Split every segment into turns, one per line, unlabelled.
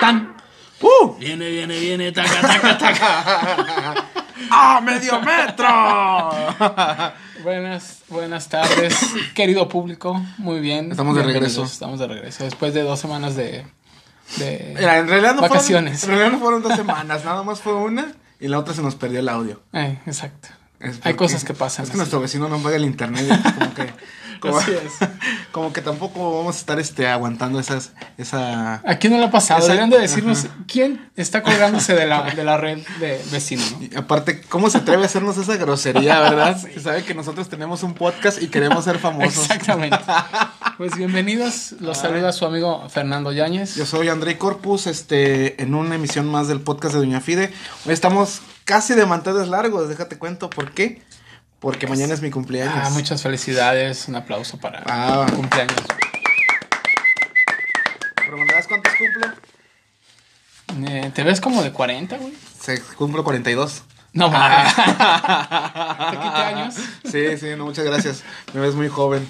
tan. ¡Uh! Viene, viene, viene, taca, taca, taca.
¡Ah, medio metro!
Buenas, buenas tardes, querido público. Muy bien.
Estamos de
Bienvenidos,
regreso.
Estamos de regreso. Después de dos semanas de. de-
Mira, en realidad no
Vacaciones.
fueron. En realidad no fueron dos semanas, nada más fue una y la otra se nos perdió el audio.
Eh, exacto.
Es
Hay
porque-
cosas que pasan.
Es que
así.
nuestro vecino no paga el internet. y Como que, como,
Así es.
como que tampoco vamos a estar este, aguantando esas, esa.
¿A quién no le ha pasado?
Exacto.
Deberían de decirnos quién está colgándose de la, de la red de vecinos. ¿no?
y aparte, ¿cómo se atreve a hacernos esa grosería, verdad? Se Sabe que nosotros tenemos un podcast y queremos ser famosos. Ah.
Exactamente. Pues bienvenidos. Los saluda su amigo Fernando Yáñez.
Yo soy André Corpus, este, en una emisión más del podcast de Doña Fide. Hoy estamos casi de manteles largos, déjate cuento por qué. Porque mañana es mi cumpleaños.
Ah, muchas felicidades. Un aplauso para
Ah.
tu cumpleaños.
¿Preguntarás cuántos cumple?
Eh, ¿Te ves como de 40, güey?
Se cumplo 42.
No, mames. ¿Te quité años?
Sí, sí, no, muchas gracias. Me ves muy joven.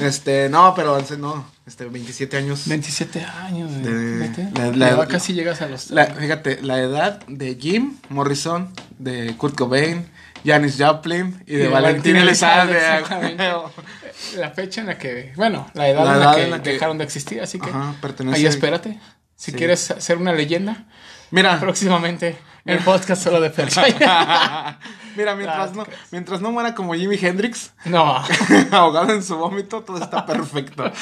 Este, no, pero en serio, no, este, 27 años.
27 años, güey.
De-
Vete.
la- la-
Ya va casi llegas a los.
La- fíjate, la edad de Jim Morrison, de Kurt Cobain, Janis Joplin y de, Valentín Elizalde. ah,
Exactamente. La fecha en la que. Bueno, la edad,
La
en, la
edad
que
en la que-
dejaron de existir, así que.
Ajá, pertenece-
Ahí espérate. Si
Sí. Ah.
quieres ser una leyenda,
Mira,
próximamente el podcast solo de Ferchay.
mira, mientras no, mientras no muera como Jimi Hendrix,
no,
ahogado en su vómito, todo está perfecto.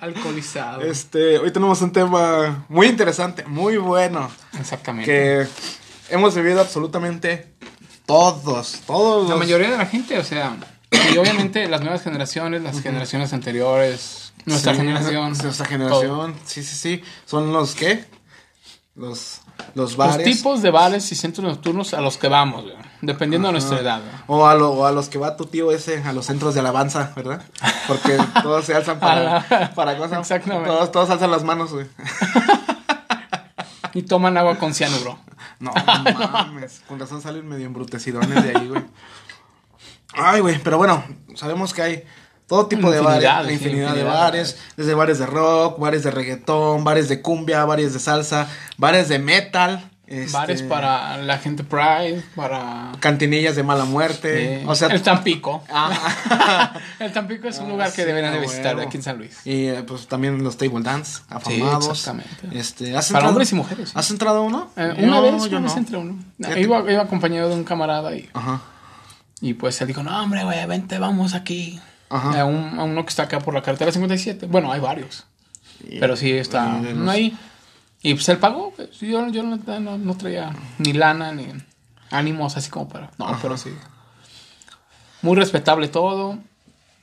alcoholizado.
Este, hoy tenemos un tema muy interesante, muy bueno.
Exactamente.
que hemos vivido absolutamente todos, todos
La
los-
mayoría de la gente, o sea, y obviamente las nuevas generaciones, las generaciones anteriores, nuestra
Sí,
generación.
nuestra
todo.
generación, sí, sí, sí, son los que los
Los
los bares
tipos de bares y centros nocturnos a los que vamos, güey, dependiendo de nuestra edad. güey.
o a, lo- o a los que va tu tío ese a los centros de alabanza, ¿verdad? Porque todos se alzan
A la-
para para cosas.
Exactamente.
Todos todos alzan las manos, güey.
Y toman agua con cianuro.
No mames, con razón salen medio embrutecidones de ahí, güey. Ay, güey, pero bueno, sabemos que hay todo tipo de bares,
Infinidad,
infinidad,
sí,
de
infinidad de
bares, desde bares de rock, bares de reggaetón, bares de cumbia, bares de salsa, bares de metal, este,
Bares para la gente Pride, para
cantinillas de mala muerte,
eh,
o sea,
el Tampico.
Ah.
el Tampico es un lugar que
sí,
deberían de
a
visitar
huevo.
aquí en San Luis.
y eh, pues también los table dance afamados.
exactamente.
Este, ¿has
Para
entrado-
hombres y mujeres, sí.
¿Has entrado a uno?
Eh, una
No,
vez,
yo
una vez
no.
entré a uno.
Fíjate.
Iba, iba acompañado de un camarada y,
Ajá.
y pues él dijo, no hombre, güey, vente, vamos aquí.
Ajá.
A, un- a uno que está acá por la carretera 57. Bueno, hay varios.
Y-
Pero sí está
y de
uno
los-
ahí. Y pues él pagó. pues, Yo, yo no, no- no traía ni lana ni ánimos así como para. No, pero sí. Muy respetable todo.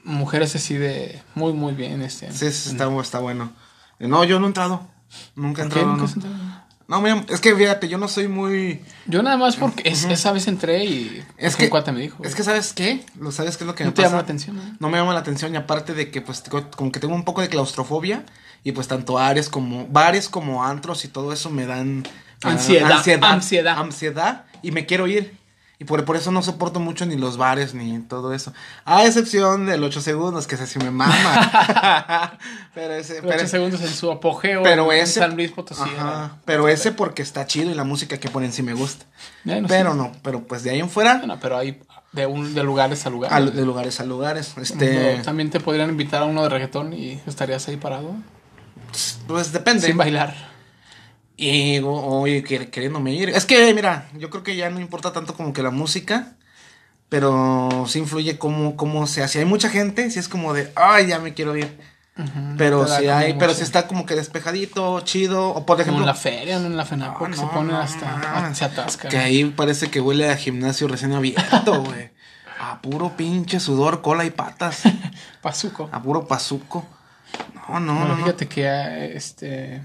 Mujeres así de. Muy, muy bien. Este.
Sí, sí, está, está bueno. Eh, No, yo no he entrado. Nunca he
¿Qué?
entrado.
¿Nunca
no.
has entrado?
No, mira, es que fíjate, yo no soy muy.
Yo nada más porque es- esa vez entré y.
Es
Es
que.
un cuate me dijo.
Es que, ¿sabes qué? ¿Lo sabes qué es lo que
no
me
te
pasa?
llama la atención. ¿no?
No me llama la atención, y aparte de que, pues, co- como que tengo un poco de claustrofobia. Y pues, tanto áreas como. Bares como antros y todo eso me dan. me dan
Ansiedad, ansiedad.
ansiedad, Y me quiero ir. Y por, por eso no soporto mucho ni los bares ni todo eso. A excepción del 8 segundos, que ese sí me mama. pero ese.
Los
pero
ocho
ese-
segundos en su apogeo.
pero
en
ese
San Luis Potosí.
ajá,
era-
pero ese porque está chido y la música que ponen sí me gusta
Ya no sé.
pero no pero pues de ahí en fuera
Bueno, pero hay de, un, de lugares a lugares.
a lu- de lugares a lugares este
No, También te podrían invitar a uno de reggaetón y estarías ahí parado.
pues depende
Sin bailar.
y o- oye quer- queriéndome ir es que mira yo creo que ya no importa tanto como que la música pero sí influye cómo cómo se hace hay mucha gente si es como de ay ya me quiero ir pero
te da
si
como
hay pero
mucho.
si está como que despejadito chido o por
Como
ejemplo
en la feria, no en la FENACO,
Ah,
que
no,
se pone
no,
hasta.
mames.
se atasca.
Que ahí parece que huele a gimnasio recién abierto, güey. A puro pinche sudor, cola y patas.
Pazuco.
A puro pazuco. No, no,
Bueno,
Ah, no, no.
fíjate que ah, este.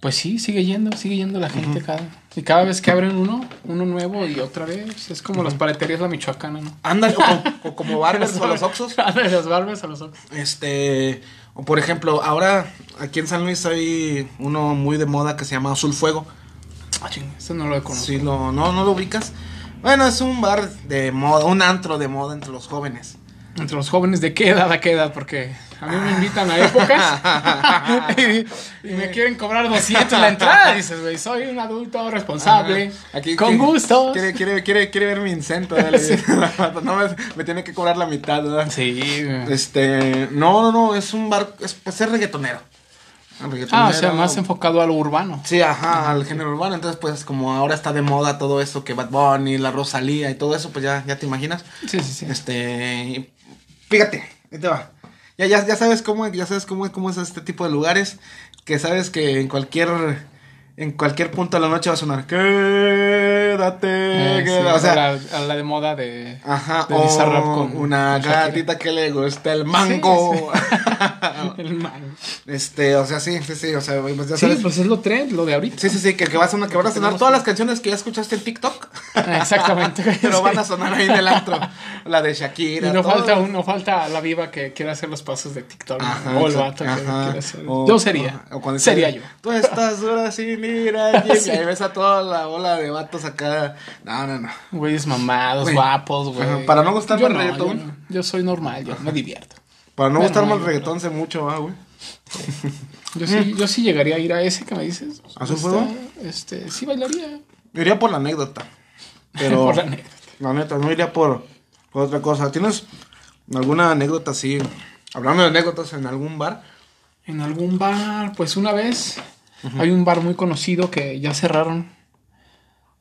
Pues sí, sigue yendo, sigue yendo la gente cada. Y cada vez que abren uno, uno nuevo y otra vez. Es como las paleterías la michoacana, ¿no?
Ándale, o, como- o como barbers o los oxos.
Ándale, las barbas a los oxos.
Este. O por ejemplo, ahora aquí en San Luis hay uno muy de moda que se llama Azul Fuego.
Ah, ching, eso no lo conozco.
Si lo, no, no lo ubicas. Bueno, es un bar de moda, un antro de moda entre los jóvenes.
Entre los jóvenes, ¿de qué edad a qué edad? Porque a mí me invitan a épocas y, y me quieren cobrar 200 la entrada. Dices, güey, soy un adulto responsable,
Ajá. Ah, Aquí-
con
quiere-
gusto.
Quiere, quiere, quiere, quiere ver mi incento. dale.
Sí.
no, me, me tiene que cobrar la mitad, ¿verdad?
Sí, güey.
Este, no, no, no, es un bar, es, pues, es reggaetonero.
Ah,
Reggaetonero.
o sea, más enfocado a lo urbano.
Sí, ajá, al género urbano. Entonces, pues, como ahora está de moda todo eso, que Bad Bunny, la Rosalía y todo eso, pues ya, ya te imaginas.
Sí, sí, Eh, sí.
Este, y fíjate, ahí te va. Ya, ya, ya sabes cómo, ya sabes cómo, cómo es este tipo de lugares, que sabes que en cualquier, en cualquier punto de la noche va a sonar, quédate,
Eh, sí,
quédate", o sea,
a la, a la de moda de,
ajá,
de Bizarrap
o
con-
una
con Shakira.
gatita que le gusta el mango.
El man.
este, o sea, sí, sí, sí, o sea, pues ya
Sí,
sabes.
pues es lo trend, lo de ahorita.
Sí, sí, sí, que, que va a sonar, que van a sonar todas las canciones que ya escuchaste en TikTok,
Exactamente.
pero van a sonar ahí en el antro. La de Shakira.
Y no
todo.
falta, un- no falta la viva que quiera hacer los pasos de TikTok. ¿no?
Ajá,
o el vato
exacto,
que
ajá.
quiera hacer.
O-
yo sería.
o cuando
sería
dice,
yo.
Tú estás dura sin ir allí.
Sí.
Y ahí ves a toda la ola de vatos acá. No, no, no.
Güeyes mamados,
Güey.
guapos,
Ajá,
güey.
para no gustarme
Yo
el
yo
reggaetón.
no. Yo soy normal, yo me divierto.
Para no
Bueno,
gustarme el
yo-
reggaetón, sé mucho, va, güey.
Yo sí, yo sí llegaría a ir a ese que me dices.
Mm. ¿A su
Está-
juego?
Este, sí bailaría.
Iría por la anécdota. Pero.
Por la anécdota.
La neta, no iría por, por otra cosa. ¿Tienes alguna anécdota así? Hablando de anécdotas en algún bar.
En algún bar, pues una vez hay un bar muy conocido que ya cerraron.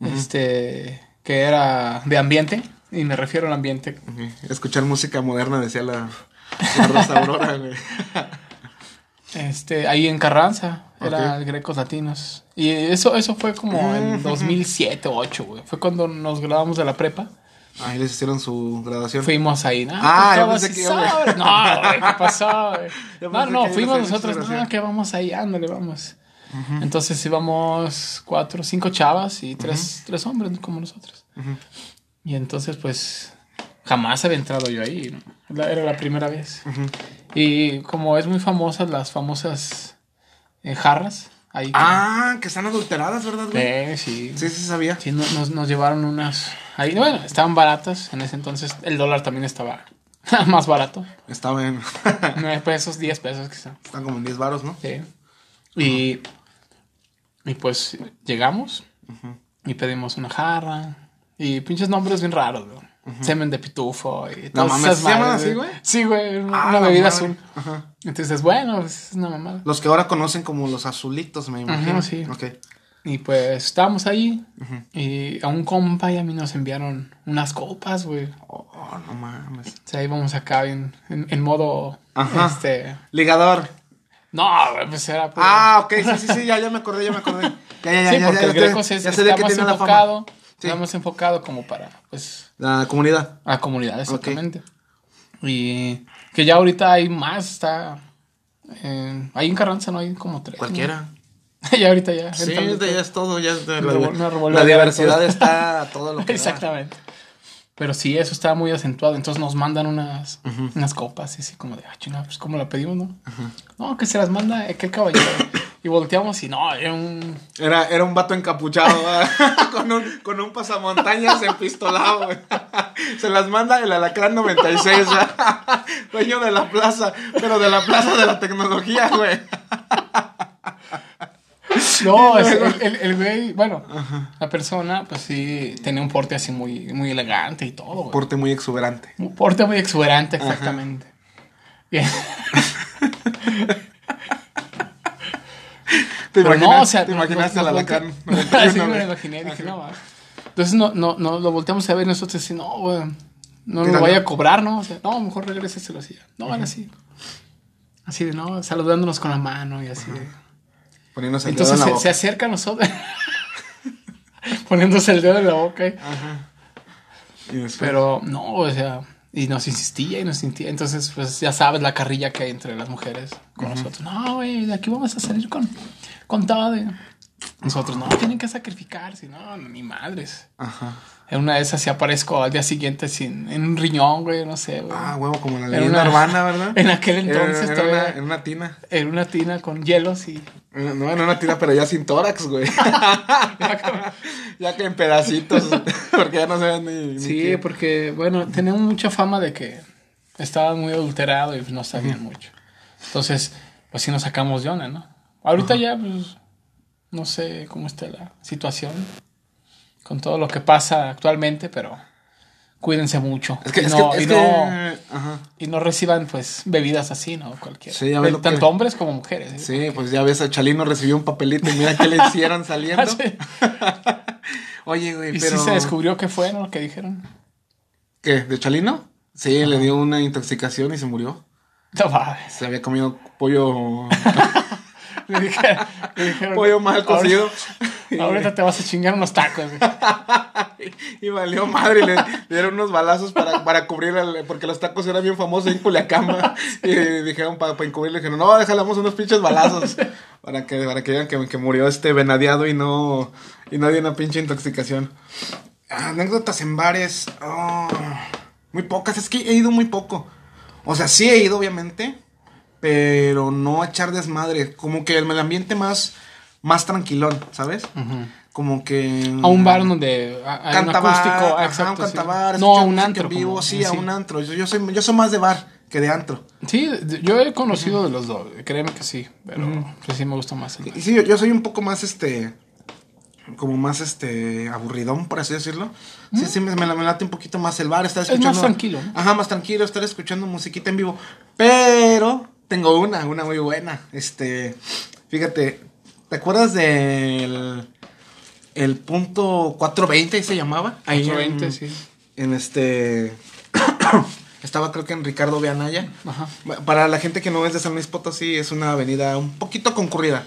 Este, que era de ambiente. Y me refiero al ambiente
Escuchar música moderna, decía la, la Rosa Aurora, güey.
Este, ahí en Carranza, era
Ok.
Grecos Latinos. Y eso, eso fue como en 2007 o 2008, güey. Fue cuando nos graduamos de la prepa.
Ahí les hicieron su graduación.
Fuimos ahí, ¿no?
Ah,
Pues
yo
todos
pensé
sí
que, güey.
saben. No, güey, ¿qué pasó, güey?
Yo
No,
pensé
no,
que
fuimos
ibas a hacer
nosotros,
oración.
no, que vamos ahí, ándale, vamos. Entonces íbamos cuatro, cinco chavas y tres, tres hombres ¿no? como nosotros. Y entonces, pues, jamás había entrado yo ahí, ¿no? La- Era la primera vez. Y como es muy famosas las famosas eh, jarras, ahí.
Ah, que están adulteradas, ¿verdad, güey?
Eh, sí.
Sí, sí, sabía.
Sí, no- nos, nos llevaron unas. Ahí, bueno, estaban baratas. En ese entonces el dólar también estaba más barato.
Estaba en.
9 pesos, 10 pesos quizá.
Están como en 10 varos, ¿no?
Sí. Y, y pues llegamos y pedimos una jarra. Y pinches nombres bien raros, güey. Semen de pitufo y todas
mames,
esas
¿se llaman
madres,
así, güey?
Sí, güey,
Ah,
una
la
bebida
madre.
azul.
Ajá.
Entonces, bueno, pues, es una mamada.
Los que ahora conocen como los azulitos, me imagino.
sí.
Ok.
Y pues estábamos ahí y a un compa y a mí nos enviaron unas copas, güey.
Oh, oh, no mames.
O sea, íbamos acá en, en, en modo.
Ajá.
Este.
Ligador.
No, güey, pues era. puro-
Ah, ok, sí, sí, sí, ya, ya me acordé, ya me acordé. Ya, ya, ya,
sí,
ya,
porque
ya,
el
ya,
Grecos es,
ya sé de
está
qué
más
tiene la fama.
enfocado.
Sí.
Está más enfocado como para, pues,
La comunidad.
a la comunidad, exactamente. Y que ya ahorita hay más, está. eh, ahí en Carranza no hay como tres. ¿no?
Cualquiera.
ya ahorita ya.
Sí,
entrando
de- ya
todo.
es todo, ya es de-
Una revol- una
la,
revolvedora
la
de
diversidad
todo.
está a todo lo que da.
Exactamente. Pero sí, eso está muy acentuado. Entonces nos mandan unas, unas copas y así como de, ah, chingada, pues cómo la pedimos, ¿no? No, que se las manda aquel caballero. y volteamos y no, era un
Era, era un vato encapuchado, ¿verdad? con, un, con un pasamontañas empistolado, güey. Se las manda el Alacrán 96, ¿verdad? dueño de la plaza, pero de la plaza de la tecnología, güey.
No,
Y
es-
luego-
el, el- el güey, bueno, la persona, pues sí, tenía un porte así muy, muy elegante y todo, güey.
Porte muy exuberante.
Un porte muy exuberante, exactamente. Y-
¿Te
pero
imaginas,
no, o sea,
¿te
no-
imaginaste
no-
al
no
Alacrán
voltea-
91,
Sí, me lo
güey?
imaginé, dije, no, va. Entonces no, no, no, lo volteamos a ver y nosotros así, no, güey, no
¿Qué
lo
tal?
vaya a cobrar, ¿no? O sea, no, mejor regréseselo así. No, era así. Así de, no, saludándonos con la mano y así de.
Poniéndose el dedo
Entonces
en la
se,
boca.
se acerca a nosotros. poniéndose el dedo en la boca. y-
Y después-
Pero no, o sea, y nos insistía y nos insistía. Entonces, pues ya sabes la carrilla que hay entre las mujeres con nosotros. No, güey, de aquí vamos a salir con, con todo. de-". Nosotros, no, tienen que sacrificarse. No, ni madres.
Ajá.
En una de esas sí aparezco al día siguiente sin, en un riñón, güey, no sé, güey.
Ah, huevo, como la
Era
leyenda
una-
urbana, ¿verdad?
en aquel
Era-
entonces
era,
todavía-
una, en una tina. Eh,
En una tina con hielos y...
No, en una tina, pero ya sin tórax, güey. ya que en pedacitos, porque ya no se ven ni... ni
Sí,
qué.
porque, bueno, tenemos mucha fama de que estaba muy adulterado y pues, no sabían mucho. Entonces, pues sí nos sacamos de onda, ¿no? Ahorita ya, pues, no sé cómo está la situación con todo lo que pasa actualmente, pero cuídense mucho.
Es que,
y,
es
no,
que- es
y
que-
no-
ajá.
y no reciban, pues, bebidas así, ¿no? Cualquiera.
Sí, a ver lo
Tanto
que-
hombres como mujeres. ¿eh?
Sí, pues ya ves, a Chalino recibió un papelito y mira qué le hicieron saliendo. Oye, güey,
Ah, Y
eh, pero...
sí se descubrió que fue, ¿no? Lo que dijeron.
¿Qué? ¿De Chalino? Sí, le dio una intoxicación y se murió.
No mames.
Se había comido pollo...
Le dijeron, le dijeron,
pollo mal
"Ahora-
cocido.
Ahorita te vas a chingar unos tacos. güey.
Y valió madre, le dieron unos balazos para, para cubrir, al- porque los tacos eran bien famosos en Culiacán. ¿va? Y dijeron, para, para encubrirle, dijeron, no, dejamos unos pinches balazos. Para que, para que digan que, que murió este venadeado y no, y no dio una pinche intoxicación. Anécdotas en bares, oh, muy pocas, es que he ido muy poco. O sea, sí he ido, obviamente, pero no a echar desmadre. Como que el ambiente más, más tranquilón, ¿sabes? Como que...
A un bar donde ha- hay un
Cantabar,
acústico. ah,
ajá,
exacto,
un
sí.
cantabar,
No, a
escuchar
un
música en
antro.
vivo,
como-
sí, a un antro. Yo, yo soy, yo soy más de bar que de antro.
Sí, de- yo he conocido de los dos, créeme que sí, pero pues sí me gusta más el
Y sí, yo, yo soy un poco más este. Como más este. aburridón, por así decirlo. Sí, sí, me, me la- me late un poquito más el bar. Estar
Mm. Es más
escuchando.
tranquilo, ¿no?
Ajá, más tranquilo, estar escuchando musiquita en vivo. Pero tengo una, una muy buena. Este. Fíjate, ¿te acuerdas del. El punto 420 se llamaba? Ahí en-
420, sí.
en este. Estaba creo que en Ricardo Vianaya.
Ajá.
Para la gente que no es de San Luis Potosí, es una avenida un poquito concurrida.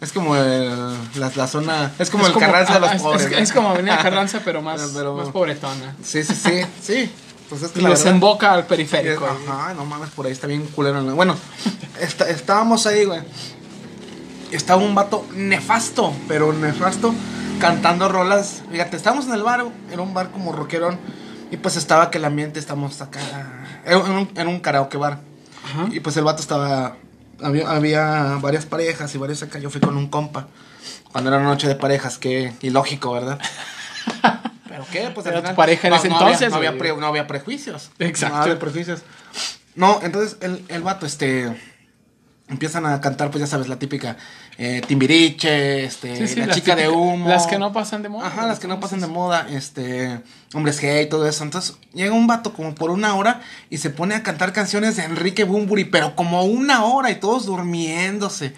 Es como el- la, la zona. Es como el Carranza de los
ah, es-
pobres.
Es,
¿no?
es como venir a Carranza, pero más,
Pero-
más pobretona.
Sí, sí, sí. Sí. Pues es que
Y
la verdad-
desemboca al periférico.
y- Ajá, no mames, por ahí está bien culero. ¿no? Bueno, está- estábamos ahí, güey. Estaba un vato nefasto, pero nefasto, cantando rolas. Fíjate, estábamos en el bar, era un bar como rockerón. Y pues estaba que el ambiente, estamos acá. Era un, era un karaoke bar.
Ajá.
Y pues el vato estaba. Había, había varias parejas y varios acá. Yo fui con un compa. Cuando era una noche de parejas, qué ilógico, ¿verdad? ¿Pero qué? Pues al
Era tu
final-
pareja en
no,
ese
no había-
entonces,
no había
güey.
pre- no había prejuicios.
Exacto.
No había prejuicios. No, entonces el, el vato, este. Empiezan a cantar, pues ya sabes, la típica eh, Timbiriche, este,
Sí, sí,
la
las
chica de
típicas-
humo.
Las que no pasan de moda.
Ajá, las que no pasan de moda, este, hombres gay y todo eso. Entonces llega un vato como por una hora y se pone a cantar canciones de Enrique Bumburi, pero como una hora y todos durmiéndose.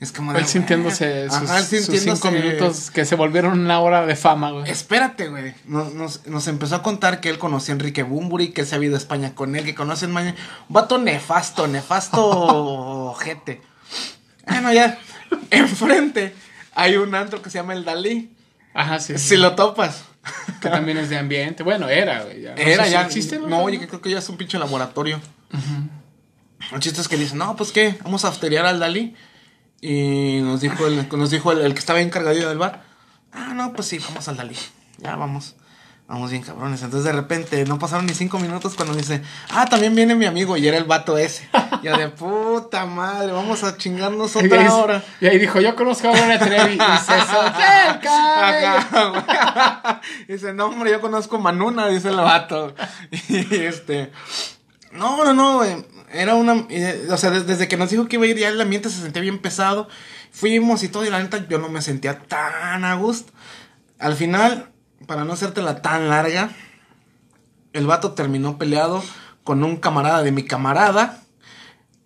Es como de,
Él sintiéndose
Ajá,
sus,
él
sus cinco
sintiéndose-
minutos que se volvieron una hora de fama, güey.
Espérate, güey. Nos, nos- nos empezó a contar que él conocía a Enrique Bumburi, que él se ha ido a España con él, que conoce a España. Un vato nefasto, nefasto gente. Ah, no, ya. Enfrente hay un antro que se llama el Dalí.
Ajá, sí. sí.
Si lo topas.
Que también es de ambiente. Bueno, era, güey. ya. No
Era
sé si
ya.
¿Existe?
no, oye, que creo que ya es un pinche laboratorio. El chiste es que dicen, no, pues qué, vamos a afteriar al Dalí. Y nos dijo el, nos dijo el, el que estaba encargado del bar. Ah, no, pues sí, vamos al Dalí. Ya vamos. Vamos bien cabrones. Entonces de repente no pasaron ni cinco minutos cuando dice, ah, también viene mi amigo. Y era el vato ese. Ya de puta madre, vamos a chingarnos
Y ahí-
otra hora.
Y ahí dijo, yo conozco a Gloria Trevi. Y se soltó el cabello.
Ajá, güey. Dice, no, hombre, yo conozco Manuna, dice el vato. Y este. No, no, no, güey. Era una. eh, O sea, des- desde que nos dijo que iba a ir ya el ambiente se sentía bien pesado. Fuimos y todo, y la neta yo no me sentía tan a gusto. Al final, para no hacértela tan larga, el vato terminó peleado con un camarada de mi camarada.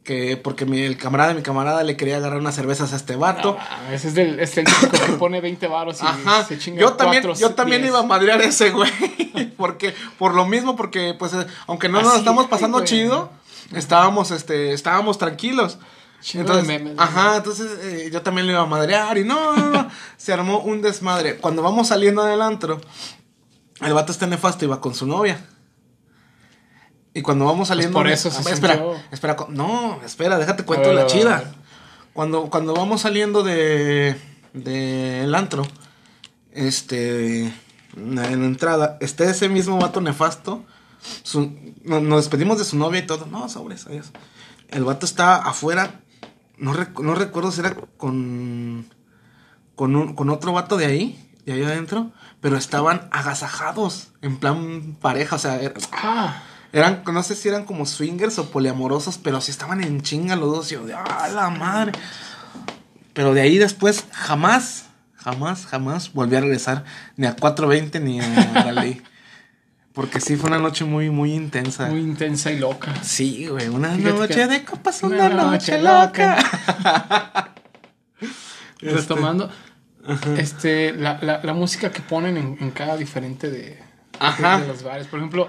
Que porque mi, el camarada de mi camarada le quería agarrar unas cervezas a este vato.
Ah, Ese es del, es el chico que pone 20 varos y
Ajá.
se chinga
yo también,
cuatro,
yo también
diez.
iba a madrear ese güey. Porque, por lo mismo, porque, pues, eh, aunque no nos
Así,
estamos
ay,
pasando
güey.
chido, estábamos, este, estábamos tranquilos.
Chingo de
Entonces,
memes,
ajá, entonces eh, yo también le iba a madrear y no, no, no, se armó un desmadre. Cuando vamos saliendo del antro, el vato está nefasto iba con su novia. Y cuando vamos saliendo.
Pues por eso se
Ah, espera,
sintió-
espera, cu- no, espera, déjate cuento
ver, a
la
ver, a
chida.
ver.
Cuando, cuando vamos saliendo de del antro, este en la entrada, está ese mismo vato nefasto. su- no- nos despedimos de su novia y todo. No, sobres, adiós. El vato está afuera. No, rec- no recuerdo si era con con, un- con otro vato de ahí, de ahí adentro, pero estaban agasajados, en plan pareja, o sea, era-
Ah,
Eran, no sé si eran como swingers o poliamorosos, pero si estaban en chinga los dos. Yo, de, ah, la madre. Pero de ahí después, jamás, jamás, jamás volví a regresar ni a 420 ni a la ley. Porque sí fue una noche muy, muy intensa.
Muy intensa y loca.
Sí, güey, una
Fíjate que-
noche de copas,
Una
una noche
noche
loca. Este,
Retomando, este, la, la, la música que ponen en, en cada diferente de,
Ajá.
de, de los bares. Por ejemplo,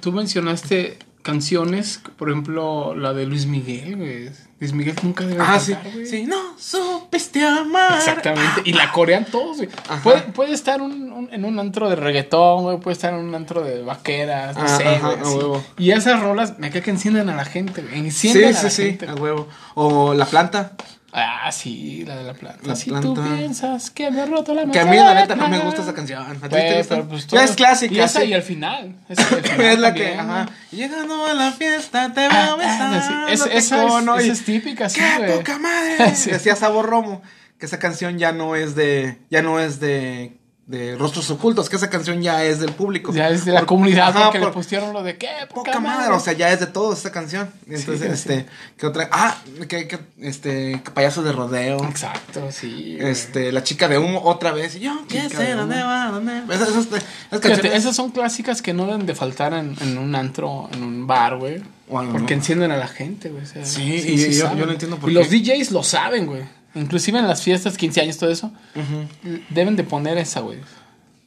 tú mencionaste canciones, por ejemplo, la de Luis Miguel, güey. Luis Miguel nunca debe
Ah,
cantar,
sí.
güey.
Sí, no supiste amar.
Exactamente, y la corean todos, güey.
Ajá.
Puede, puede estar un- un- en un antro de reggaetón, güey, puede estar en un antro de vaqueras, no
Ah,
sé,
ajá,
güey,
a
así.
huevo.
Y esas rolas, me cae que encienden a la gente, güey.
Sí,
Encienden
sí,
a la
sí,
gente.
a huevo. O la planta.
Ah, sí, la de la planta.
La
si tú
planta.
piensas que me he roto la
Que a mí, la neta, no me gusta esa canción. ¿A ti te
Güey,
gusta?
pero pues
Ya
todo-
es clásica,
Y esa
sí.
y al final. Esa y al final
es la
también,
que,
¿no?
ajá. Llegando a la fiesta, te va
Ah,
a
ah, sí.
besar.
Es-
no te
esa, es,
cono, y-
esa es típica, sí,
¡Qué
güey.
poca madre!
Sí.
Decía Sabor Romo que esa canción ya no es de. Ya no es de. De rostros ocultos, que esa canción ya es del público.
Ya es de la
Por-
comunidad
ajá,
porque
por-
le pusieron lo de qué
poca madre. o sea, ya es de todos esa canción. Entonces,
sí.
este, que otra, ah, que, que, este, que payaso de rodeo.
Exacto, sí. güey.
Este, la chica de humo otra vez. Yo qué
Chica
sé,
de
dónde
humo.
va, dónde. va. Esas, esas- esas
Fíjate,
canciones.
esas son clásicas que no deben de faltar en, en un antro, en un bar, güey.
O algo,
Porque
¿no?
encienden a la gente, güey. o sea,
Sí, y yo-
saben.
yo no entiendo por
Y
qué.
los DJs lo saben, güey. Inclusive en las fiestas, 15 años, todo eso. Deben de poner esa, güey.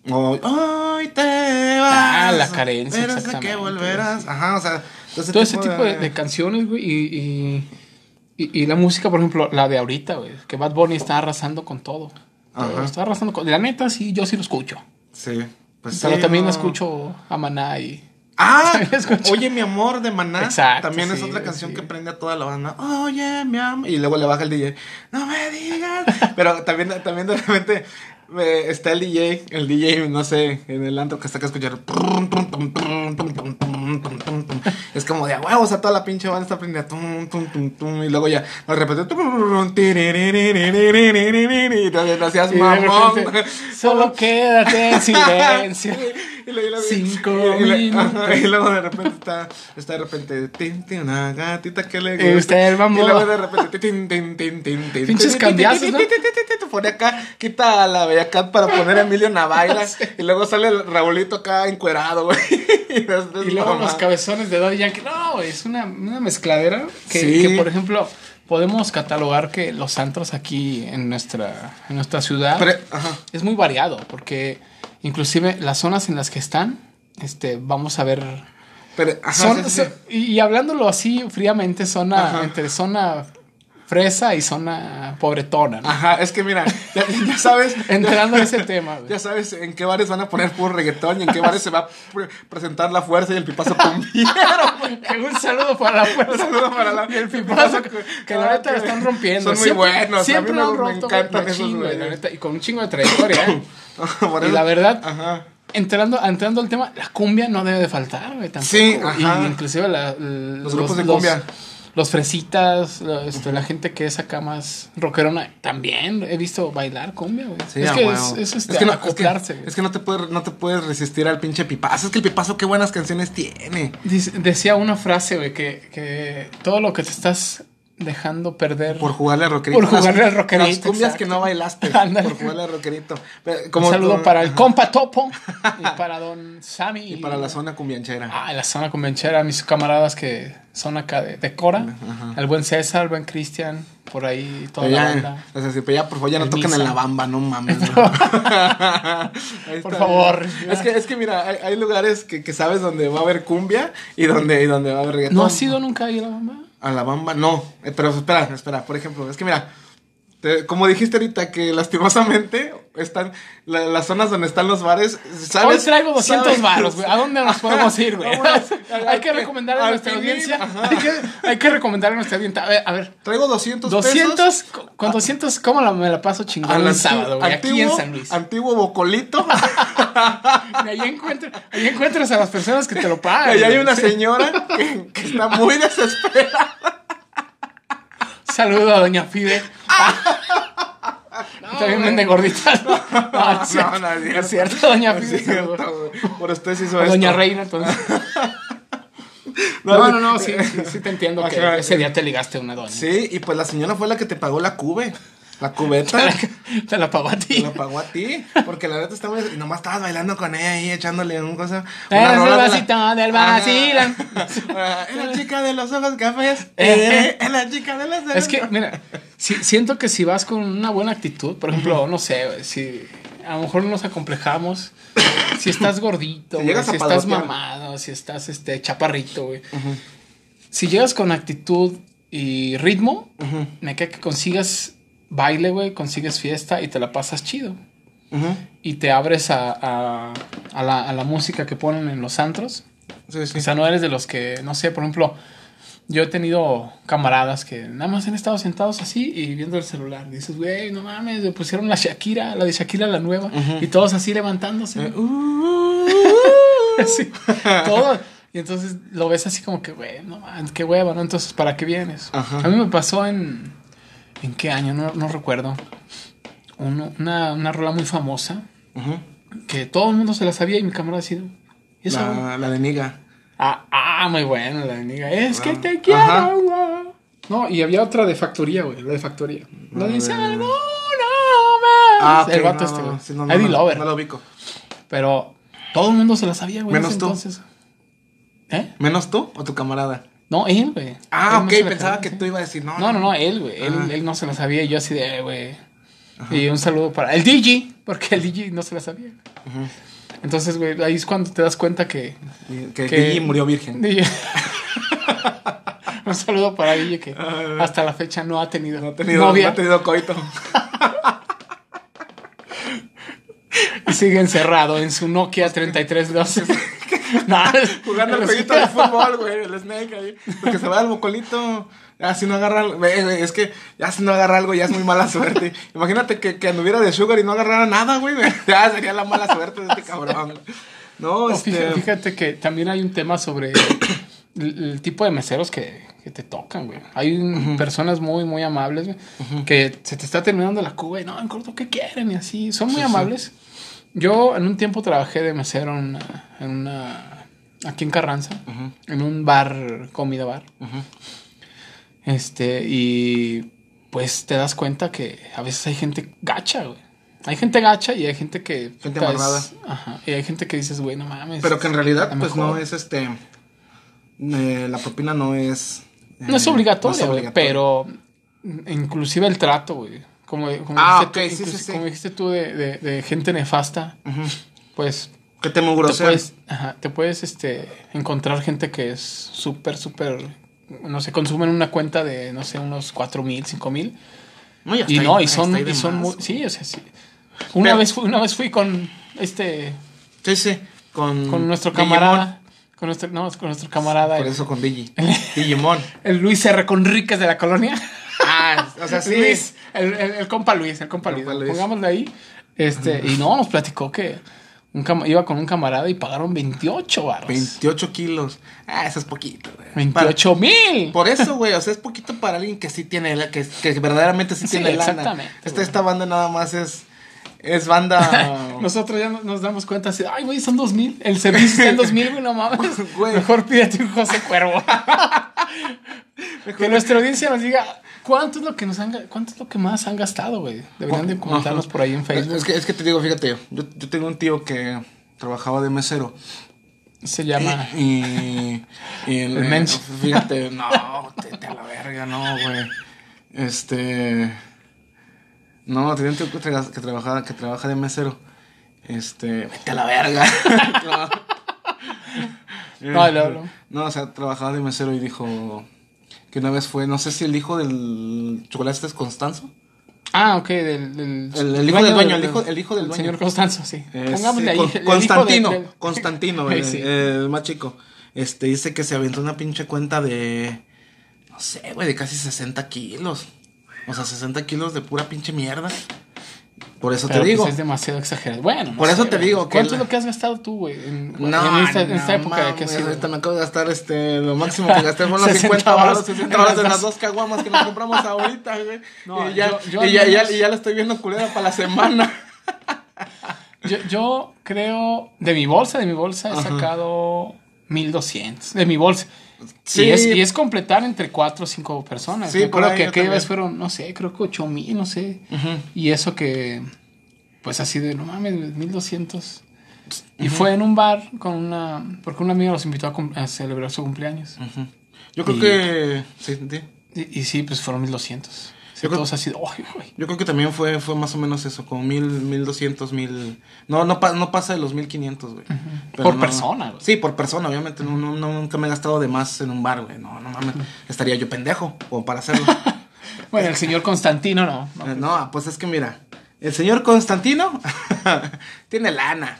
O, hoy te vas.
Ah, la carencia,
Pero sé que
exactamente,
volverás. Ajá, o sea, todo ese
todo ese tipo de, de canciones, güey. Y, y- y- y la música, por ejemplo, la de ahorita, güey. Que Bad Bunny está arrasando con todo.
Ajá.
Está arrasando con... La neta, sí, yo sí lo escucho.
Sí. Pues
Pero
sí,
también
no.
escucho a Maná y...
Ah,
También escucho.
Oye mi amor de Maná.
Exacto,
También es
sí,
otra canción
sí.
que prende a toda la banda. Oye mi amor. Y luego le baja el DJ. No me digas. Pero también, también de repente eh, está el DJ. El DJ, no sé, en el antro que está que escuchar. Es como de a huevos. O sea, toda la pinche banda está prendida. tum, tum, tum, tum, Y luego ya, de repente. Y te- te hacías
y de
mamón.
repente, Solo quédate en silencio.
Y luego- y luego-
Cinco
y- y- y-
minutos.
ajá, Y luego de repente está, está de repente, tin, tin, una gatita que le
Y usted, el mamón.
Y luego de repente, tin, tin, tin, tin, tin,
Pinches
tin, tin,
cambiazos,
tin,
¿no?
tin, tin, tin, tin, tin, Pone acá, quita a la bella cat para poner a Emilio Navaira. Y luego sale el Raulito acá encuerado, güey. Y luego
Y luego los cabezones de Daddy Yankee. No, güey, es una, una mezcladera que,
Sí.
que, por ejemplo, podemos catalogar que los antros aquí en nuestra, en nuestra ciudad
Pre- ajá.
es muy variado, porque inclusive las zonas en las que están, este, vamos a ver...
Pero, ajá,
son-
sí, sí.
son- y, y hablándolo así fríamente, zona,
Ajá.
entre zona fresa y zona pobretona, ¿no?
Ajá, es que mira, ya, ya sabes.
Entrando a ese tema, güey.
Ya sabes en qué bares van a poner puro reggaetón y en qué bares se va a pre- presentar la fuerza y el pipazo cumbiero, güey.
Un saludo para la fuerza.
Un saludo para la-
Y el pipazo. Que, que la neta lo
Ah, que-
están rompiendo.
son muy buenos, a
Siempre
mí
lo han
me- me
roto.
encantan
machín,
esos
güey, la
güeyes.
neta, Y con un chingo de trayectoria. ¿eh?
Por
Y
eso-
la verdad-
Ajá.
entrando, entrando al tema, la cumbia no debe de faltar, güey. Tampoco.
Sí, ajá.
Y inclusive la- los
grupos de cumbia.
Los fresitas, la, este, la gente que es acá más rockerona, también he visto bailar cumbia, güey.
Sí,
es
a
que
huevo.
es, es, este,
que no,
acoplarse.
Es
güey.
que, es que no, te puedes, no te puedes resistir al pinche pipazo. Es que el pipazo, qué buenas canciones tiene.
Dice- decía una frase, güey, que, que todo lo que te estás dejando perder
Por jugarle al rockerito.
Por jugarle
Las-
al rockerito,
Las cumbias
exacto.
que no bailaste.
Ándale.
Por jugarle al rockerito. Pero
Un saludo
tú-
para el
ajá.
compa Topo y para don Sammy.
Y para la zona cumbianchera.
Ah, la zona convenchera, mis camaradas que son acá de, de Cora. El buen César, el buen Cristian, por ahí toda
Pero
la
ya,
banda.
o sea, sí, pero ya, por favor, ya no
El
toquen
Misa.
en la bamba, no mames. ¿no? Ahí
Por
está.
favor.
Es que, es que mira, hay, hay lugares que, que sabes donde va a haber cumbia y donde, y donde va a haber reggaetón.
¿No has sido nunca ahí a la mamá?
A la bamba, no. Eh, pero espera, espera. Por ejemplo, es que mira, te- como dijiste ahorita que lastimosamente están la- las zonas donde están los bares. ¿sabes?
Hoy traigo 200
¿sabes?
varos, güey. ¿A dónde nos podemos ir, güey?
Vámonos.
hay que recomendar a
Al
nuestra
Pinín,
audiencia.
ajá.
Hay que, hay que recomendar a nuestra audiencia. A ver, a ver.
Traigo 200, 200
200, con- con 200, ¿cómo la, me la paso chingón
al
el
anti-
sábado, güey? Aquí en
antiguo-
San Luis.
Antiguo bocolito.
Y ahí, encuentra- ahí encuentras a las personas que te lo pagan.
Ahí hay
güey.
una señora que, que está muy desesperada.
Saludo a Doña Fide. También vende gorditas. No, no, es Ah, cierto.
no, no,
es cierto, Doña
No es
Fide. saludo.
cierto, güey. Por usted se hizo
O Doña
esto.
Reina, entonces. No, no, no, sí, sí, sí te entiendo que ese día te ligaste a una doña.
Sí, y pues la señora fue la que te pagó la cube. La cubeta.
Te la pagó a
Te
ti.
lo pagó a ti. Porque la neta estaba. Y nomás estabas bailando con ella ahí, echándole un cosa.
Eres el
rola de la-
vasito del vacilón.
Ajá. Es la chica de los ojos cafés.
Eh.
Eh, Es la chica de los ojos.
Es que, mira, si- siento que si vas con una buena actitud, por ejemplo, no sé, si a lo mejor nos acomplejamos, si estás gordito,
Te
güey,
llegas a
si estás
padrotear.
mamado, si estás este chaparrito, güey. Si llegas con actitud y ritmo,
Ujú,
me queda que consigas baile, güey, consigues fiesta y te la pasas chido.
ujú.
Y te abres a, a- a la, a la música que ponen en los antros.
Sí, sí.
Quizá no eres de los que, no sé, por ejemplo, yo he tenido camaradas que nada más han estado sentados así y viendo el celular. Dices, güey, no mames, le pusieron la Shakira, la de Shakira, la nueva, y todos así levantándose.
Eh,
¿no?
uh, uh, uh.
Así, todo. Y entonces lo ves así como que, güey, no mames, qué hueva, ¿no? Entonces, ¿para qué vienes?
Ajá.
A mí me pasó en. ¿En qué año? No, no recuerdo. Uno- una, una rola muy famosa
Ujú.
que todo el mundo se la sabía y mi camarada así. ¿Y esa, güey?
La, la de Niga.
Ah, ah, muy buena la amiga. Es que te
Ajá.
quiero, güey. Ah. No, y había otra de factoría, güey. La de factoría. La
Mm.
dice algo, no más.
Ah, ok,
el vato
no,
este, güey.
sí, no, no,
Eddie
no,
Lover.
No lo ubico.
Pero todo el mundo se la sabía, güey. en
Menos
ese
tú.
Entonces. ¿Eh?
¿Menos tú o tu camarada?
No, él, güey.
Ah,
Él no
ok.
se la
Pensaba
sabía,
que
sí.
tú ibas a decir no.
No, no, no, él, güey. Él,
Ah.
él no se la sabía. y Yo así de, eh, güey. Y un saludo para el DJ, porque el DJ no se la sabía. Entonces, güey, ahí es cuando te das cuenta que
Que,
que-
Gigi murió virgen.
Guille. Un saludo para Guille que
Ah.
hasta la fecha no ha tenido,
No ha tenido,
novia
no ha tenido coito.
y sigue encerrado en su Nokia 3312. No,
Jugando al jueguito de fútbol, güey, el Snake ahí. Porque se va al bocolito. Ya si no agarra algo. ve, güey, Es que ya si no agarra algo, ya es muy mala suerte. Imagínate que, que anduviera de Sugar y no agarrara nada, güey. Ya sería la mala suerte de este cabrón. güey. No,
No,
este.
fíjate, fíjate que también hay un tema sobre el, el tipo de meseros que, que te tocan, güey. Hay un- personas muy, muy amables, güey, que se te está terminando la cuba y no, en corto, ¿qué quieren? Y así, son muy amables. Yo en un tiempo trabajé de mesero en una, en una- aquí en Carranza, en un bar, comida bar. Este, y pues te das cuenta que a veces hay gente gacha, güey. Hay gente gacha y hay gente que...
Gente
puta, es-
amarrada.
Ajá. Y hay gente que dices, güey, no mames.
Pero que en realidad,
a lo
pues
mejor
no es este. eh, la propina no es. eh,
No es obligatoria,
no es
güey,
obligatoria.
pero mm, inclusive el trato, güey. Como, como
Ah,
dijiste
ok,
tú,
sí, sí,
inclusi-
sí.
como dijiste tú de, de- de gente nefasta,
Ujú.
pues
Que te mugrosean.
te puedes, ajá, te puedes este, encontrar gente que es súper, súper, no sé, consumen una cuenta de, no sé, unos cuatro mil, cinco mil.
No, y hasta
Y
ahí-
no, y
hasta
son,
ahí de
y son
más.
muy, sí, o sea, sí. Una,
Pero-
vez fui, una vez fui con este,
Sí, sí. Con,
con nuestro
Mm, Digimon.
camarada, con nuestro, no, con nuestro camarada,
Por
el-
eso con Digi. Digimon.
el Luis R. Conríquez de la colonia.
Ah, o sea, sí.
Luis, el, el- el compa Luis, el compa Luis.
Compa Luis.
Pongámosle ahí. Este, y no, nos platicó que un cam- iba con un camarada y pagaron 28 barras.
28 kilos. Ah, eso es poquito, güey.
28 mil.
Para- por eso, güey, o sea, es poquito para alguien que sí tiene, la, que, que verdaderamente sí,
Sí,
tiene lana.
exactamente,
Esta,
güey.
esta banda nada más es, es banda...
Nosotros ya no- nos damos cuenta así, ay, güey, son dos mil. El servicio está en dos mil, güey, no mames.
Güey.
Mejor pídete un José Cuervo. que nuestra audiencia nos diga cuánto es lo que nos han, ga- cuánto es lo que más han gastado, güey. Deberían de comentarnos por ahí en
es,
Facebook.
que, es que te digo, fíjate, yo, yo tengo un tío que trabajaba de mesero.
Se llama.
eh, Y. y el,
El menso.
Fíjate, no, tete a la verga, no, güey. Este. No, tenía un tío que, tra- que trabaja, que trabaja de mesero. Este. Vete a la verga.
No, no, no.
No, o sea, trabajaba de mesero y dijo. Que una vez fue, no sé si el hijo del chocolate es Constanzo.
Ah, ok, del, del-
El- el hijo del dueño, el hijo- el hijo del dueño.
Señor Constanzo, sí.
Eh,
Pongámosle
sí,
ahí.
Con-
el hijo
Constantino,
del- del-
Constantino,
Ahí
el,
sí.
el más chico. Este dice que se aventó una pinche cuenta de. No sé, güey, de casi 60 kilos. O sea, 60 kilos de pura pinche mierda. Por eso
Pero
te digo.
pues es demasiado exagerado. Bueno, no
Por
sé,
eso te
güey.
digo que
¿Cuánto es
la-
lo que has gastado tú, güey? En,
No,
en esta, en
no
esta época de que ha
mames,
sido.
ahorita me acabo de gastar este, lo máximo que gasté fueron los 50
60
baros, 60 baros de
en las
las dos caguamas que nos compramos ahorita, güey.
No,
y ya,
yo- yo
y
al
ya, ya,
menos-
y ya la estoy viendo culera para la semana.
Yo, yo creo, de mi bolsa, de mi bolsa, he sacado 1200. De mi bolsa.
Sí.
Y, es, y es completar entre cuatro o cinco personas.
Sí,
Sí,
por
creo
ahí
que
yo
aquella vez
también.
fueron, no sé, creo que ocho mil, no sé.
Ujú.
Y eso que, pues así de, no mames, 1200. Y fue en un bar con una, porque un amigo los invitó a, cum- a celebrar su cumpleaños.
Ujú. Yo creo
Y-
que. Sí, sí.
Y, y sí, pues fueron 1200. Sí,
Yo creo-
todos así de, "Ay, güey".
Yo creo que también fue, fue más o menos eso, como mil, mil doscientos, mil... No, no, pa- no pasa de los mil quinientos, güey. Pero
Por
no-
persona, güey.
Sí, por persona, obviamente. No, no, no- nunca me he gastado de más en un bar, güey. No, no mames. Estaría yo pendejo como para hacerlo.
Bueno, el señor Constantino no. no.
Eh, no, pues es que mira, el señor Constantino tiene lana.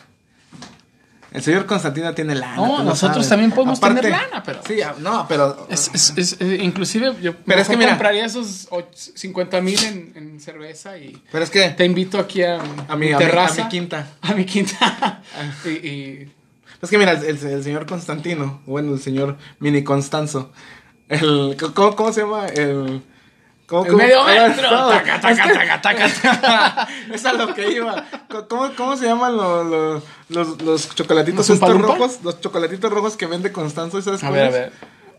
El señor Constantino tiene lana.
No,
tú lo
nosotros
sabes.
también podemos tener lana, pero-
Sí, ah, no, pero...
Es- es- es- eh, inclusive yo
Pero es que
mejor
mira-
compraría esos 50 mil en, en cerveza y
Pero es que...
te invito aquí a,
A mi, a mi- a
terraza.
mi quinta. Ah.
A mi quinta. y, y-
Es que mira, el, el- el señor Constantino, bueno, el señor Mini Constanzo, el, ¿cómo, cómo se llama? El, ¿cómo, Ah,
El medio metro.
No,
Taca, taca,
es que-
taca, taca.
Es a lo que iba. Co- ¿Cómo, cómo se llaman lo- lo- los, los
¿Los
chocolatitos
Oompa
estos
Loompa?
rojos? Los chocolatitos rojos que vende Constanzo, ¿sabes
a
cuáles?
ver, a ver.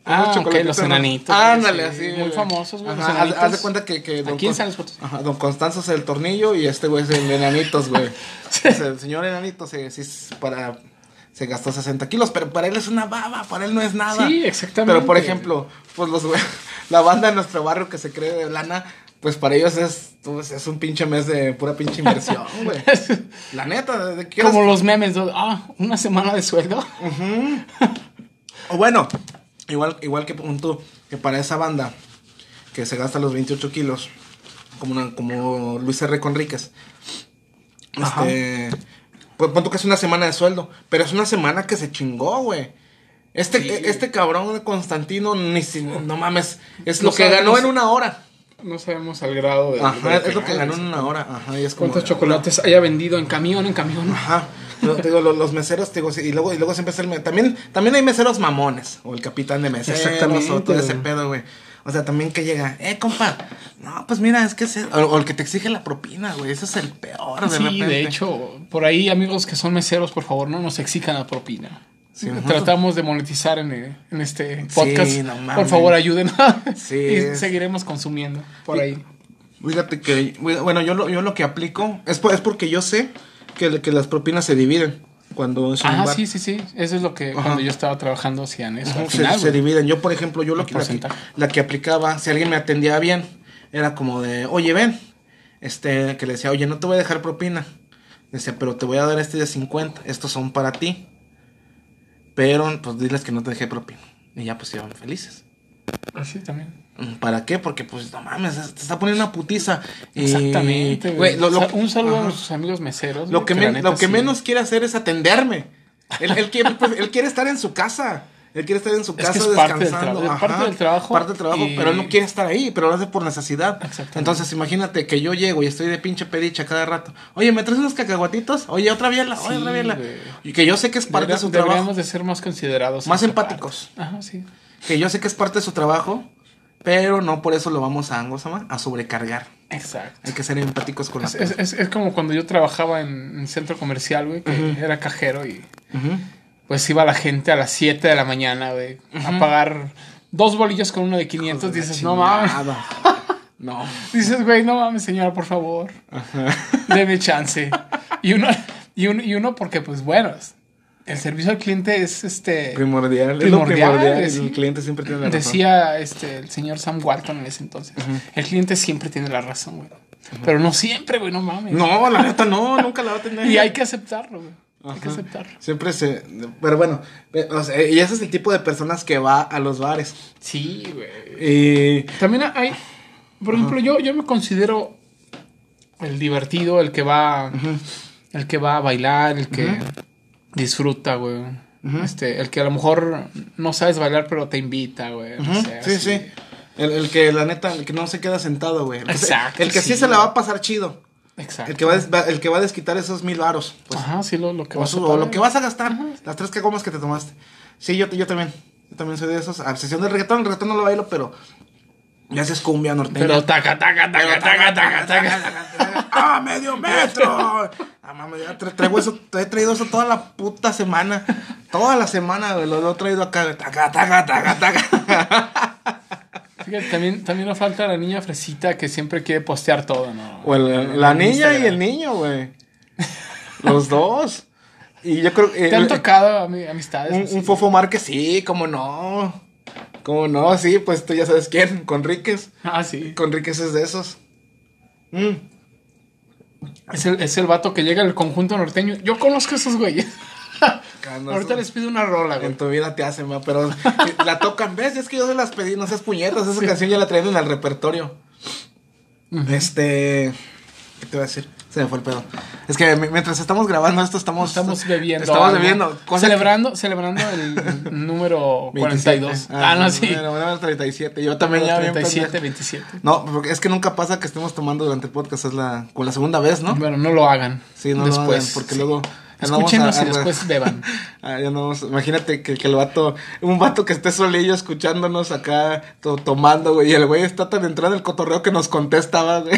Unos
Ah, ok,
chocolatitos
los
rojos.
enanitos.
Ándale,
sí,
así.
Muy
güey.
famosos, güey. los
Ajá, haz,
enanitos.
haz de cuenta que. que don
Aquí
Con-
están los fotos.
Ajá, don Constanzo es el tornillo y este güey es el enanitos, güey. O sea, el señor enanito se, sí es para, se gastó 60 kilos, pero para él es una baba, para él no es nada.
Sí, exactamente.
Pero por ejemplo, pues los güey- la banda de nuestro barrio que se cree de lana, pues para ellos es, pues, es un pinche mes de pura pinche inversión, güey. La neta, ¿de qué
Como los memes, ¿no? ah, una semana de sueldo.
O bueno, igual, igual que punto que para esa banda que se gasta los 28 kilos, como, una- como Luis R. Conríquez,
Ajá.
este, pues pon tú que es una semana de sueldo, pero es una semana que se chingó, güey. Este,
Sí.
e- este cabrón de Constantino, ni si- no mames, es
No
lo que ganó
sabemos.
en una hora.
No sabemos al grado de.
Ajá,
de
es lo que ganó
ganamos.
en una hora. Ajá, y es como
¿Cuántos
de-
chocolates haya vendido en camión, en camión?
Ajá. Pero te digo, lo- los meseros, te digo, sí, y luego, y luego siempre es el me- también, también hay meseros mamones, o el capitán de meseros,
Exactamente,
o todo ese
güey.
pedo, güey. O sea, también que llega, eh, compa, no, pues mira, es que ese- o, o el que te exige la propina, güey, ese es el peor Ah, de
sí,
repente.
de hecho, por ahí amigos que son meseros, por favor, no nos exijan la propina.
Sí,
Eh,
ajá.
Tratamos de monetizar en, eh, en este
Sí,
podcast.
no mames.
por favor, ayuden.
Sí,
y
es-
seguiremos consumiendo por
Sí.
ahí.
Fíjate que, bueno, yo lo, yo lo que aplico es, por- es porque yo sé que, que las propinas se dividen cuando es un
Ajá,
bar.
Ah, sí, sí, sí. Eso es lo que
Ajá.
cuando yo estaba trabajando hacían eso.
Ujú,
al
se-
final,
se,
güey.
dividen. Yo, por ejemplo, yo lo
El
que, la, que,
porcentaje.
la que aplicaba, si alguien me atendía bien, era como de, oye, ven, este, que le decía, oye, no te voy a dejar propina. Decía, pero te voy a dar este de 50, estos son para ti. Pero, pues, diles que no te dejé propina. Y ya, pues, iban felices.
Así Ah, también.
Mm, ¿Para qué? Porque, pues, no mames, es- te está poniendo una putiza. Y-
Exactamente. güey.
Güey, lo- lo-
O sea, un saludo a
ajá.
nuestros amigos meseros.
Lo
güey,
que,
la
men-
neta
lo que
sí.
menos quiere hacer es atenderme. Él, él quiere, pues, él quiere estar en su casa. Él quiere estar en su
que
casa
es parte del
descansando.
tra- parte
Ajá,
del trabajo
Parte del trabajo,
y-
pero él no quiere estar ahí, pero lo hace por necesidad.
Exactamente.
Entonces, imagínate que yo llego y estoy de pinche pedicha cada rato. Oye, ¿me traes unos cacahuatitos? Oye, otra biela, oye,
Sí,
otra biela.
güey.
Y que yo sé que es parte
Debería-
de su
deberíamos
trabajo.
de ser más considerados. en
Más
esa
empáticos.
parte. Ajá, sí.
Que yo sé que es parte de su trabajo, pero no por eso lo vamos a Angosama a sobrecargar.
Exacto.
Hay que ser empáticos con las
Es, es- es- es como cuando yo trabajaba en un centro comercial, güey, que era cajero y pues iba la gente a las 7 de la mañana, güey, a pagar dos bolillos con uno de 500.
Pues
Dices, no mames.
No.
Dices, güey, no mames, señora, por favor. Deme chance. Y uno, y uno, y uno porque, pues bueno, es- el servicio al cliente es este.
Eh, Primordial. es
Primordial,
lo primordial.
sí.
El cliente siempre tiene la razón.
Decía este, el señor Sam Walton en ese entonces. El cliente siempre tiene la razón, güey. Pero no siempre, güey, no mames.
No, la neta no, nunca la va a tener.
Y hay que aceptarlo, güey. Hay que
Ajá.
aceptarlo.
Siempre se. Pero bueno, eh, o sea, y ese es el tipo de personas que va a los bares.
Sí, güey.
Y.
También hay, por ejemplo, yo, yo me considero el divertido, el que va, el que va a bailar, el que disfruta, güey. Este, el que a lo mejor no sabes bailar, pero te invita, güey. no
Ujú,
sé,
sí,
así.
sí. El, el que la neta, el que no se queda sentado, güey. El que se-
Exacto,
El que sí,
sí.
se la va a pasar chido.
Exacto.
El que va, a des- va- el que va a desquitar esos mil varos. Pues,
Ajá, sí, lo, lo que
o,
vas a
su- o
pagar.
lo que vas a gastar. Las tres cagomas que te tomaste. Sí, yo, yo también. Yo también soy de esos. A excepción del reggaetón, el reggaetón no lo bailo, pero. Ya haces cumbia norteña.
Pero taca, taca, taca, taca, taca, taca.
¡Ah, medio metro! Ah, mames, ya tra- traigo eso, te he traído eso toda la puta semana. Toda la semana, güey, lo, lo he traído acá. Taca, taca, taca, taca.
Fíjate, también, también nos falta la niña fresita que siempre quiere postear todo, ¿no?
O el- la niña y el niño, güey. Los dos. Y yo creo que.
¿Te han
eh,
tocado ami- amistades?
Un,
así?
un Fofo Márquez, sí, cómo no. Cómo no, sí, pues tú ya sabes quién, Conríquez.
Ah, sí.
Conríquez es de esos. Mm.
Es el, es el vato que llega al conjunto norteño. Yo conozco a esos güeyes.
Cano,
Ahorita
eso-
les pido una rola, güey.
En tu vida te hacen, ma, pero la tocan, ¿ves? Es que yo se las pedí, no seas puñetas, esa canción ya la traen en el repertorio. Este. ¿Qué te voy a decir? Se me fue el pedo. Es que m- mientras estamos grabando esto, estamos.
Estamos bebiendo.
Estamos
algo.
bebiendo. cosa que-
Celebrando, celebrando el número 42.
27.
Ah, no, sí.
Número, número 37. Yo también ya bien
37,
pendejo.
27.
No, porque es que nunca pasa que estemos tomando durante el podcast, es la, con la segunda vez, ¿no?
Bueno, no lo hagan.
Sí, no después, porque
sí.
luego. ya no vamos a-
Escúchenos
a-
y después beban.
Ah, ya no vamos- imagínate que, que el vato, un vato que esté solillo escuchándonos acá, to- tomando, güey, y el güey está tan entrado en el cotorreo que nos contestaba, güey.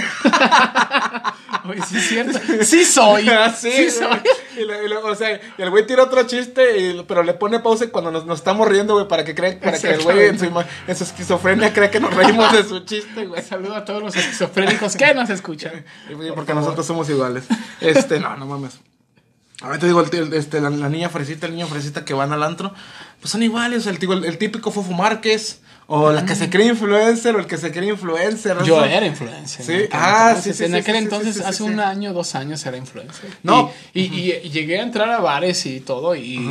Oye, sí es cierto. Sí soy.
Así,
sí
Ah, güey.
soy.
Y lo- y lo- o sea, y el güey tira otro chiste, y- pero le pone pausa y cuando nos, nos estamos riendo, güey, para que cree, para que el güey en su, ima- en su esquizofrenia crea que nos reímos de su chiste, güey.
Saludo a todos los esquizofrénicos que nos escuchan.
Y- y Porque nosotros somos iguales. Este, no, no mames. Ahorita te digo, el, el- este, la, la niña fresita, el niño fresita que van al antro, pues son iguales. El, digo, el, el típico Fofo Márquez, o la
Mm.
que se cree influencer, o el que se cree influencer. o
Yo
sea,
era influencer.
Sí.
en aquel
Ah,
entonces.
sí, sí,
En
sí,
aquel
sí, sí,
entonces,
sí, sí,
hace
sí.
un año, dos años era influencer.
No.
Y, y- y- y llegué a entrar a bares y todo. Y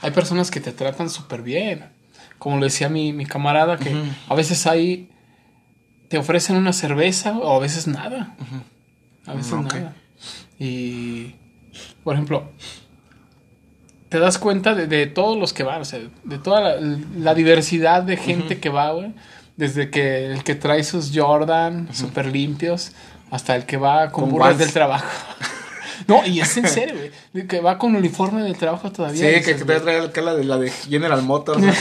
hay personas que te tratan súper bien. Como lo decía mi, mi camarada, que a veces hay. Te ofrecen una cerveza o a veces nada. A veces
Mm, ok.
nada. Y. Por ejemplo. Te das cuenta de, de todos los que van, o sea, de toda la, la diversidad de gente que va, güey. Desde que el que trae sus Jordan súper limpios hasta el que va con,
Con
burras
Vans.
del trabajo. no, y es en serio, güey. de Que va con uniforme del trabajo todavía.
Sí, que,
dices,
que
güey,
trae, trae acá la de, la de General Motors, ¿no?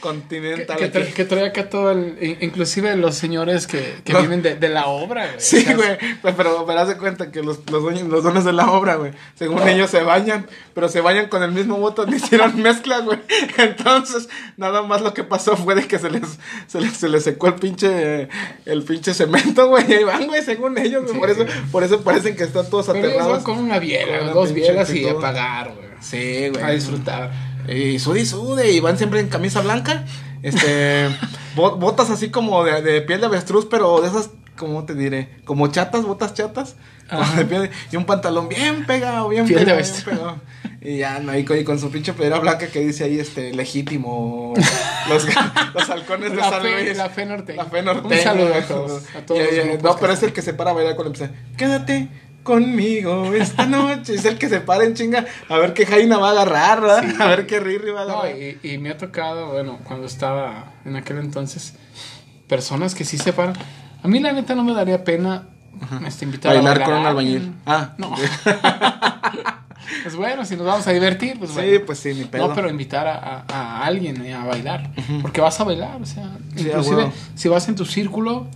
Continental.
que tra-
aquí.
que trae acá todo el. in- Inclusive los señores que, que
No.
viven de, de la obra, güey. O
Sí,
sea,
güey, pero, pero, pero haz de cuenta que los, los, dueños, los dones de la obra, güey, según ellos se bañan, pero se bañan con el mismo botón, hicieron mezcla, güey. Entonces, nada más lo que pasó fue de que se les, se les, se les secó el pinche, el pinche cemento, güey, y ahí van, güey, según ellos, güey, por, eso, por eso parecen que están todos
Pero ellos
aterrados.
van con una biela,
Con una
dos
pinche
bielas y
actitud.
a pagar, güey.
Sí,
A
güey.
disfrutar.
Y sude y sude, y van siempre en camisa blanca, este, bo- botas así como de, de piel de avestruz, pero de esas, ¿cómo te diré? Como chatas, botas chatas, como de piel de- y un pantalón bien pegado, bien
Piel de
pegado, bien
avestruz.
pegado. Y ya, no, y con, y con su pinche playera blanca que dice ahí, este, legítimo, los, los halcones de
La
San
fe,
Luis.
la fe norteña.
La fe norteña.
Un saludo a todos. A todos
Y-
los
y-
grupos
no,
que
pero es
están.
el que se para a bailar con el empezar. Quédate conmigo esta noche. Es el que se para en chinga a ver qué Jaina va a agarrar, ¿verdad?
Sí.
A ver qué Riri va a
No,
agarrar.
y, y me ha tocado, bueno, cuando estaba en aquel entonces, personas que sí se paran. A mí la neta no me daría pena este, invitar
Bailar
a
con un albañil. Ah.
no. pues bueno, si nos vamos a divertir, pues
Sí,
bueno.
pues sí, ni pedo.
No, pero invitar a, a- a alguien eh, a bailar. Porque vas a bailar, o sea,
Sí, a
inclusive
huevo.
si vas en tu círculo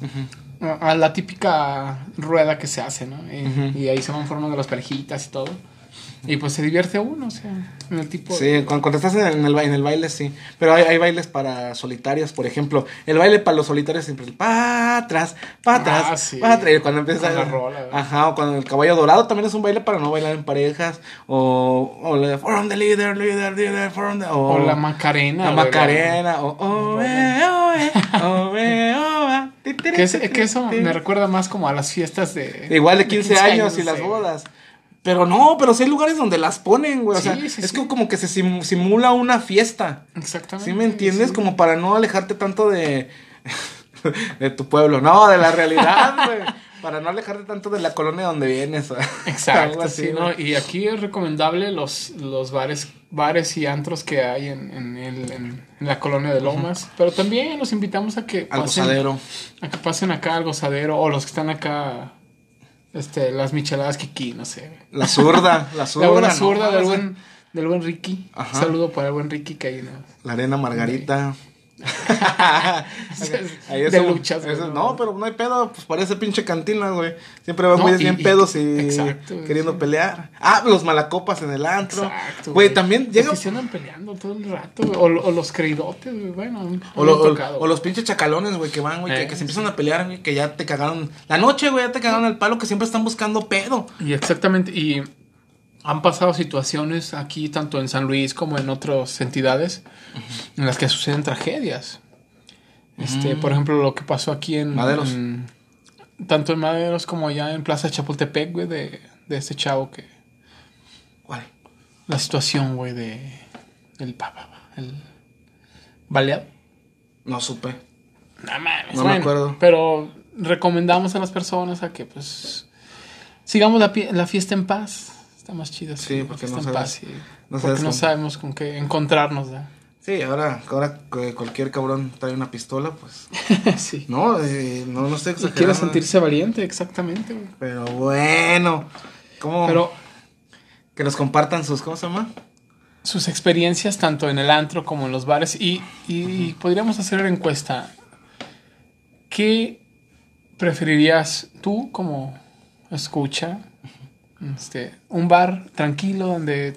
a, a la típica rueda que se hace, ¿no? Y, y ahí se van formando las parejitas y todo. Y pues se divierte uno, o sea, en el tipo.
Sí, cu- cuando, estás en el, ba- en el baile, sí. Pero hay, hay bailes para solitarios, por ejemplo. El baile para los solitarios siempre es pa' atrás, pa' atrás,
Ah, sí.
pa' atrás. Y Cuando empieza
Con la rola, ¿verdad?
Ajá, o cuando el caballo dorado también es un baile para no bailar en parejas. O, o la de from the leader, leader, leader, from the.
O la Macarena.
La
güey,
Macarena, o oe, oe, oe, oa, ti, ti,
Que, es-
ti,
que eso
ti.
me recuerda más como a las fiestas de.
Igual de 15 años y
no
las
sé.
bodas. Pero no, pero sí hay lugares donde las ponen, güey. O
Sí,
sea,
sí,
es
sí.
que como que se sim- simula una fiesta.
Exactamente.
¿Sí me entiendes?
Ah, sí.
Como para no alejarte tanto de. de tu pueblo. No, de la realidad, güey. Para no alejarte tanto de la colonia donde vienes. o
Exacto,
algo así,
sí, ¿no?
güey.
Y aquí es recomendable los, los bares, bares y antros que hay en, en, el- en- en la colonia de Lomas. Pero también los invitamos a que
Al
pasen,
gozadero.
a que pasen acá al gozadero o los que están acá, este, las micheladas Kiki, no sé.
La zurda, la zurda.
la buena
¿no?
zurda del
Vamos a-
buen, del buen Ricky.
Ajá.
Un saludo para el buen Ricky que ahí nos...
La arena margarita. Ahí es
de
un-
luchas, güey,
eso-
¿no?
no, pero no hay pedo, pues parece pinche cantina, güey. Siempre van
No,
güeyes
y-
bien
y-
pedos y
exacto, güey,
queriendo
sí.
pelear. Ah, los malacopas en el antro.
Exacto,
Güey, también
Es
llega.
que se andan peleando todo el rato, güey. O, lo- o los creidotes, güey. Bueno, a mí
O,
me
lo-
han
o-
tocado.
o los pinches chacalones, güey, que van, güey, que,
Eh.
que se empiezan a pelear, güey, que ya te cagaron. La noche, güey, ya te cagaron el palo, que siempre están buscando pedo.
Y exactamente, y han pasado situaciones aquí, tanto en San Luis como en otras entidades, en las que suceden tragedias. Este, por ejemplo, lo que pasó aquí en
Mm. Maderos.
en- tanto en Maderos como allá en Plaza Chapultepec, güey, de, de este chavo que.
¿Cuál?
La situación, güey, de. El papa, el. Baleado.
No supe.
No mames,
No me
bueno,
acuerdo.
Pero recomendamos a las personas a que, pues, sigamos la, pie- la fiesta en paz. Está más chido.
Sí, porque
la fiesta
no
en
sabes-
paz. y-
no
porque
sabes
no
con-
sabemos con qué encontrarnos, ¿verdad?
Sí, ahora, ahora que cualquier cabrón trae una pistola, pues.
sí.
No, eh, no, no estoy
Y
exagerando.
quiere sentirse valiente, exactamente. güey.
Pero bueno. ¿Cómo?
Pero
Que nos compartan sus, ¿cómo se llama?
sus experiencias, tanto en el antro como en los bares, y, y podríamos hacer una encuesta. ¿Qué preferirías tú como escucha? Este, un bar tranquilo donde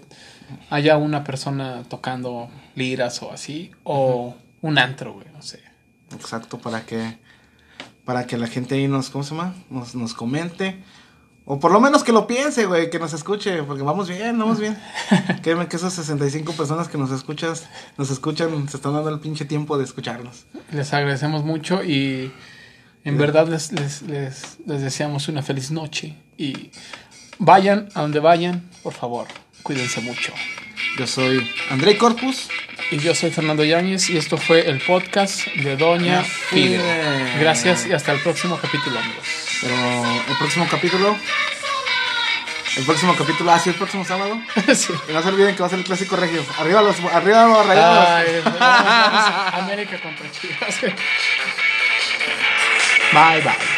haya una persona tocando liras o así, o un antro, güey, no sé.
Exacto, para que para que la gente ahí nos, ¿cómo se llama? Nos, nos comente. O por lo menos que lo piense, güey, que nos escuche, porque vamos bien, vamos bien. Créeme que esas 65 personas que nos escuchas, nos escuchan, se están dando el pinche tiempo de escucharnos.
Les agradecemos mucho y en verdad les, les, les- les deseamos una feliz noche. Y vayan a donde vayan, por favor, cuídense mucho.
Yo soy André Corpus.
Y yo soy Fernando Yáñez y esto fue el podcast de Doña
Ya fue.
Fide. Gracias y hasta el próximo capítulo, amigos.
Pero el próximo capítulo. El próximo capítulo, ah, sí, el próximo sábado.
Sí.
Y no se olviden que va a ser el clásico regio. Arriba los, arriba los rayados.
Ay, vamos, vamos, América contra Chivas. Bye, bye.